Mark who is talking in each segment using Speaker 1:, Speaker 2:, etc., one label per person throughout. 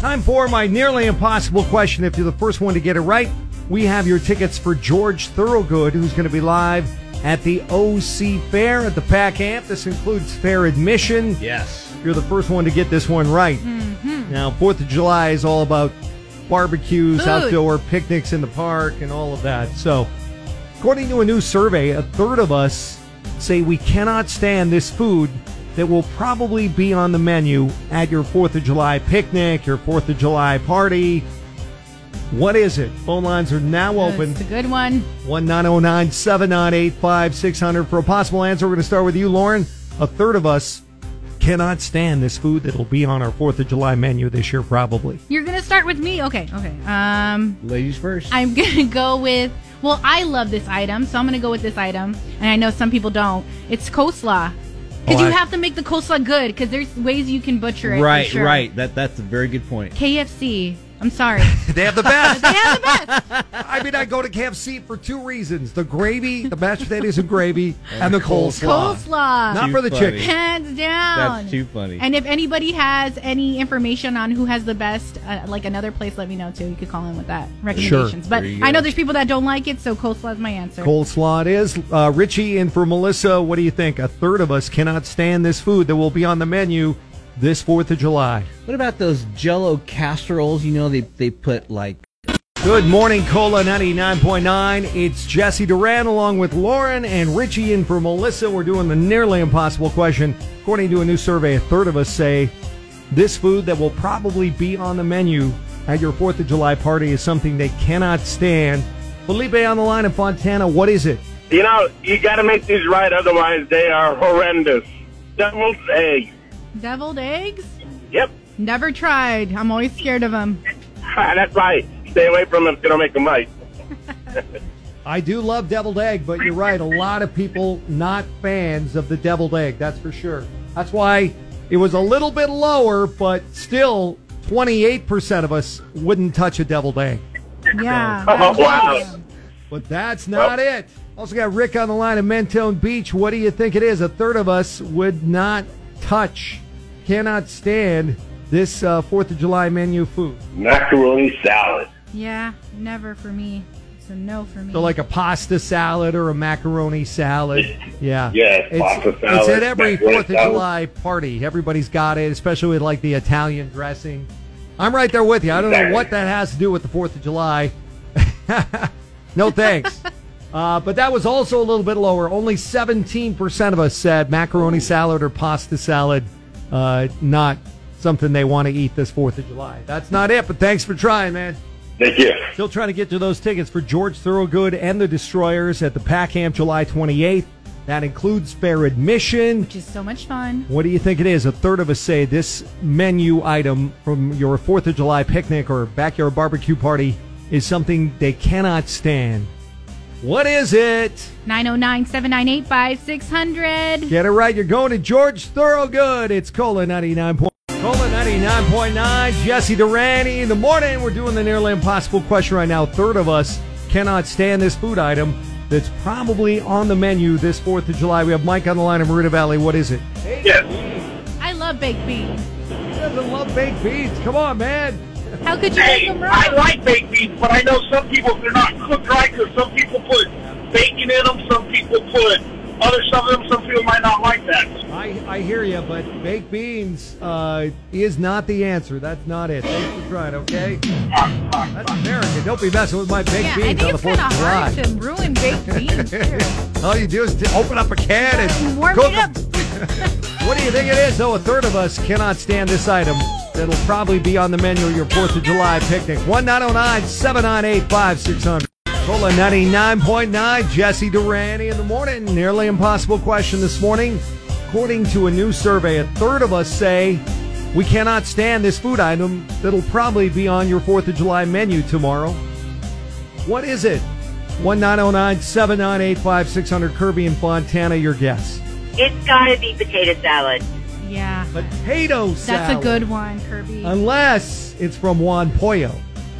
Speaker 1: Time for my nearly impossible question. If you're the first one to get it right, we have your tickets for George Thorogood, who's going to be live at the OC Fair at the Pack Amp. This includes fair admission.
Speaker 2: Yes.
Speaker 1: You're the first one to get this one right. Now, Fourth of July is all about barbecues,
Speaker 3: Food.
Speaker 1: outdoor picnics in the park, and all of that. So, according to a new survey, a third of us say we cannot stand this food that will probably be on the menu at your Fourth of July picnic, your Fourth of July party. What is it? Phone lines are now open.
Speaker 3: It's a good one.
Speaker 1: 1909 798 5600 for a possible answer. We're going to start with you, Lauren. A third of us cannot stand this food that'll be on our 4th of July menu this year, probably.
Speaker 3: You're gonna start with me. Okay, okay. Um,
Speaker 2: Ladies first.
Speaker 3: I'm gonna go with. Well, I love this item, so I'm gonna go with this item. And I know some people don't. It's coleslaw. Because
Speaker 1: Oh,
Speaker 3: you
Speaker 1: I-
Speaker 3: have to make the coleslaw good. Because there's ways you can butcher it. for
Speaker 2: right,
Speaker 3: sure.
Speaker 2: right. That that's a very good point.
Speaker 3: KFC. I'm sorry.
Speaker 1: They have the best.
Speaker 3: they have the best.
Speaker 1: I mean, I go to KFC for two reasons the gravy, the mashed potatoes and gravy, and the coleslaw.
Speaker 3: Coleslaw.
Speaker 1: Not for the
Speaker 2: Too
Speaker 1: chicken.
Speaker 2: funny.
Speaker 3: Hands down.
Speaker 2: That's too funny.
Speaker 3: And if anybody has any information on who has the best, uh, like another place, let me know too. You could call in with that recommendations. But
Speaker 2: There you
Speaker 3: I know
Speaker 2: go.
Speaker 3: there's people that don't like it, so coleslaw is my answer.
Speaker 1: Coleslaw it is. Uh, Richie and for Melissa, what do you think? A third of us cannot stand this food that will be on the menu this 4th of July.
Speaker 2: What about those Jello casseroles? You know they they put like
Speaker 1: Good morning, Cola 99.9. It's Jesse Duran along with Lauren and Richie in for Melissa. We're doing the nearly impossible question. According to a new survey, a third of us say this food that will probably be on the menu at your 4th of July party is something they cannot stand. Felipe on the line in Fontana, what is it?
Speaker 4: You know, you got to make these right, otherwise they are horrendous. Devil's egg.
Speaker 3: Deviled eggs?
Speaker 4: Yep,
Speaker 3: Never tried. I'm always scared of them.
Speaker 4: that's right. Stay away from them if you don't make them right.
Speaker 1: I do love deviled egg, but you're right. A lot of people not fans of the deviled egg. That's for sure. That's why it was a little bit lower, but still, 28% of us wouldn't touch a deviled egg.
Speaker 3: Yeah.
Speaker 4: Oh, wow.
Speaker 1: But that's not it. Also got Rick on the line in Mentone Beach. What do you think it is? A third of us would not touch, cannot stand this uh, Fourth of July menu food.
Speaker 4: Macaroni salad.
Speaker 3: Yeah, never for me. It's a no for me.
Speaker 1: So like a pasta salad or a macaroni salad. Yeah.
Speaker 4: Yes, pasta
Speaker 1: It's
Speaker 4: salad,
Speaker 1: at every
Speaker 4: macaroni
Speaker 1: Fourth of
Speaker 4: salad.
Speaker 1: July party. Everybody's got it, especially with like the Italian dressing. I'm right there with you. I don't know
Speaker 4: Exactly.
Speaker 1: what that has to do with the Fourth of July. no thanks. Uh, but that was also a little bit lower. Only 17% of us said macaroni salad or pasta salad, uh, not something they want to eat this 4th of July. That's not it, but thanks for trying, man.
Speaker 4: Thank you.
Speaker 1: Still trying to get to those tickets for George Thorogood and the Destroyers at the Packham July 28th. That includes fair admission.
Speaker 3: Which is so much fun.
Speaker 1: What do you think it is? A third of us say this menu item from your 4th of July picnic or backyard barbecue party is something they cannot stand. What is it?
Speaker 3: 909 798 5600.
Speaker 1: Get it right. You're going to George Thorogood. It's Cola 99. Point. Cola 99.9. Jesse Durani. In the morning, we're doing the nearly impossible question right now. Third of us cannot stand this food item that's probably on the menu this 4th of July. We have Mike on the line in Marina Valley. What is it?
Speaker 4: Yes.
Speaker 3: I love baked beans.
Speaker 1: He doesn't love baked beans. Come on, man.
Speaker 3: How could you make
Speaker 4: Hey,
Speaker 3: them
Speaker 4: I
Speaker 3: wrong?
Speaker 4: like baked beans, but I know some people, they're not cooked right because some people put bacon in them, some people put other some of them, some people might not like that.
Speaker 1: I, I hear you, but baked beans uh, is not the answer. That's not it. Thanks for trying, okay? That's American. Don't be messing with my baked
Speaker 3: Yeah, I
Speaker 1: beans
Speaker 3: think
Speaker 1: on the
Speaker 3: it's
Speaker 1: 4th
Speaker 3: kind
Speaker 1: of
Speaker 3: of
Speaker 1: July.
Speaker 3: hard to ruin baked beans. too.
Speaker 1: All you do is d- open up a can and
Speaker 3: Warm
Speaker 1: cook
Speaker 3: it up.
Speaker 1: 'em. What do you think it is? Though a third of us cannot stand this item. That'll probably be on the menu of your 4th of July picnic. 1909 798 5600. Cola 99.9, Jesse Durani in the morning. Nearly impossible question this morning. According to a new survey, a third of us say we cannot stand this food item that'll probably be on your 4th of July menu tomorrow. What is it? 1909 798 5600 Kirby and Fontana, your guess.
Speaker 5: It's got to be potato salad.
Speaker 3: Yeah.
Speaker 1: Potato salad.
Speaker 3: That's a good one, Kirby.
Speaker 1: Um, Unless it's from Juan Pollo.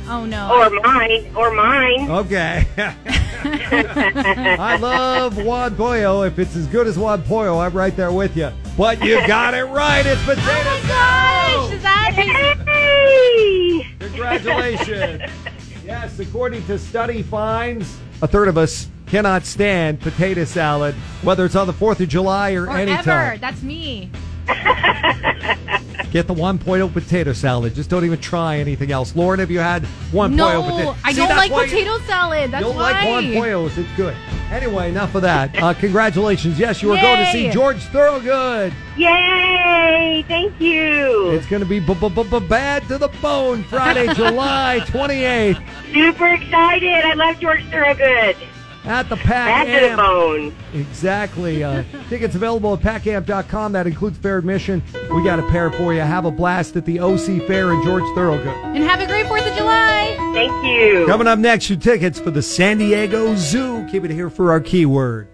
Speaker 3: oh, no.
Speaker 5: Or mine. Or mine.
Speaker 1: Okay. I love Juan Pollo. If it's as good as Juan Pollo, I'm right there with you. But you got it right. It's potato
Speaker 3: Oh my gosh,
Speaker 1: salad.
Speaker 3: is that
Speaker 5: Hey!
Speaker 1: Congratulations. yes, according to study finds, a third of us cannot stand potato salad, whether it's on the 4th of July or,
Speaker 3: Or ever.
Speaker 1: anytime.
Speaker 3: That's me.
Speaker 1: Get the 1.0 potato salad. Just don't even try anything else. Lauren, have you had 1.0
Speaker 3: no,
Speaker 1: potato
Speaker 3: I
Speaker 1: See,
Speaker 3: don't
Speaker 1: that's
Speaker 3: like
Speaker 1: why-
Speaker 3: potato salad. That's
Speaker 1: You'll
Speaker 3: why.
Speaker 1: like Juan Pueyo's. It's good. Anyway, enough of that. Uh, congratulations. Yes, you are going to see
Speaker 3: Yay.
Speaker 1: George Thorogood.
Speaker 5: Yay! Thank you.
Speaker 1: It's going to be b- b- b- bad to the bone Friday, July 28th
Speaker 5: Super excited. I love George Thorogood.
Speaker 1: at the
Speaker 5: Back
Speaker 1: Pack
Speaker 5: to the
Speaker 1: Amp.
Speaker 5: bone.
Speaker 1: Exactly. Uh, tickets available at packamp.com. That includes fair admission. We got a pair for you. Have a blast at the OC Fair and George Thorogood.
Speaker 3: And have a great 4th of July.
Speaker 5: Thank you.
Speaker 1: Coming up next, your tickets for the San Diego Zoo. Keep it here for our keyword.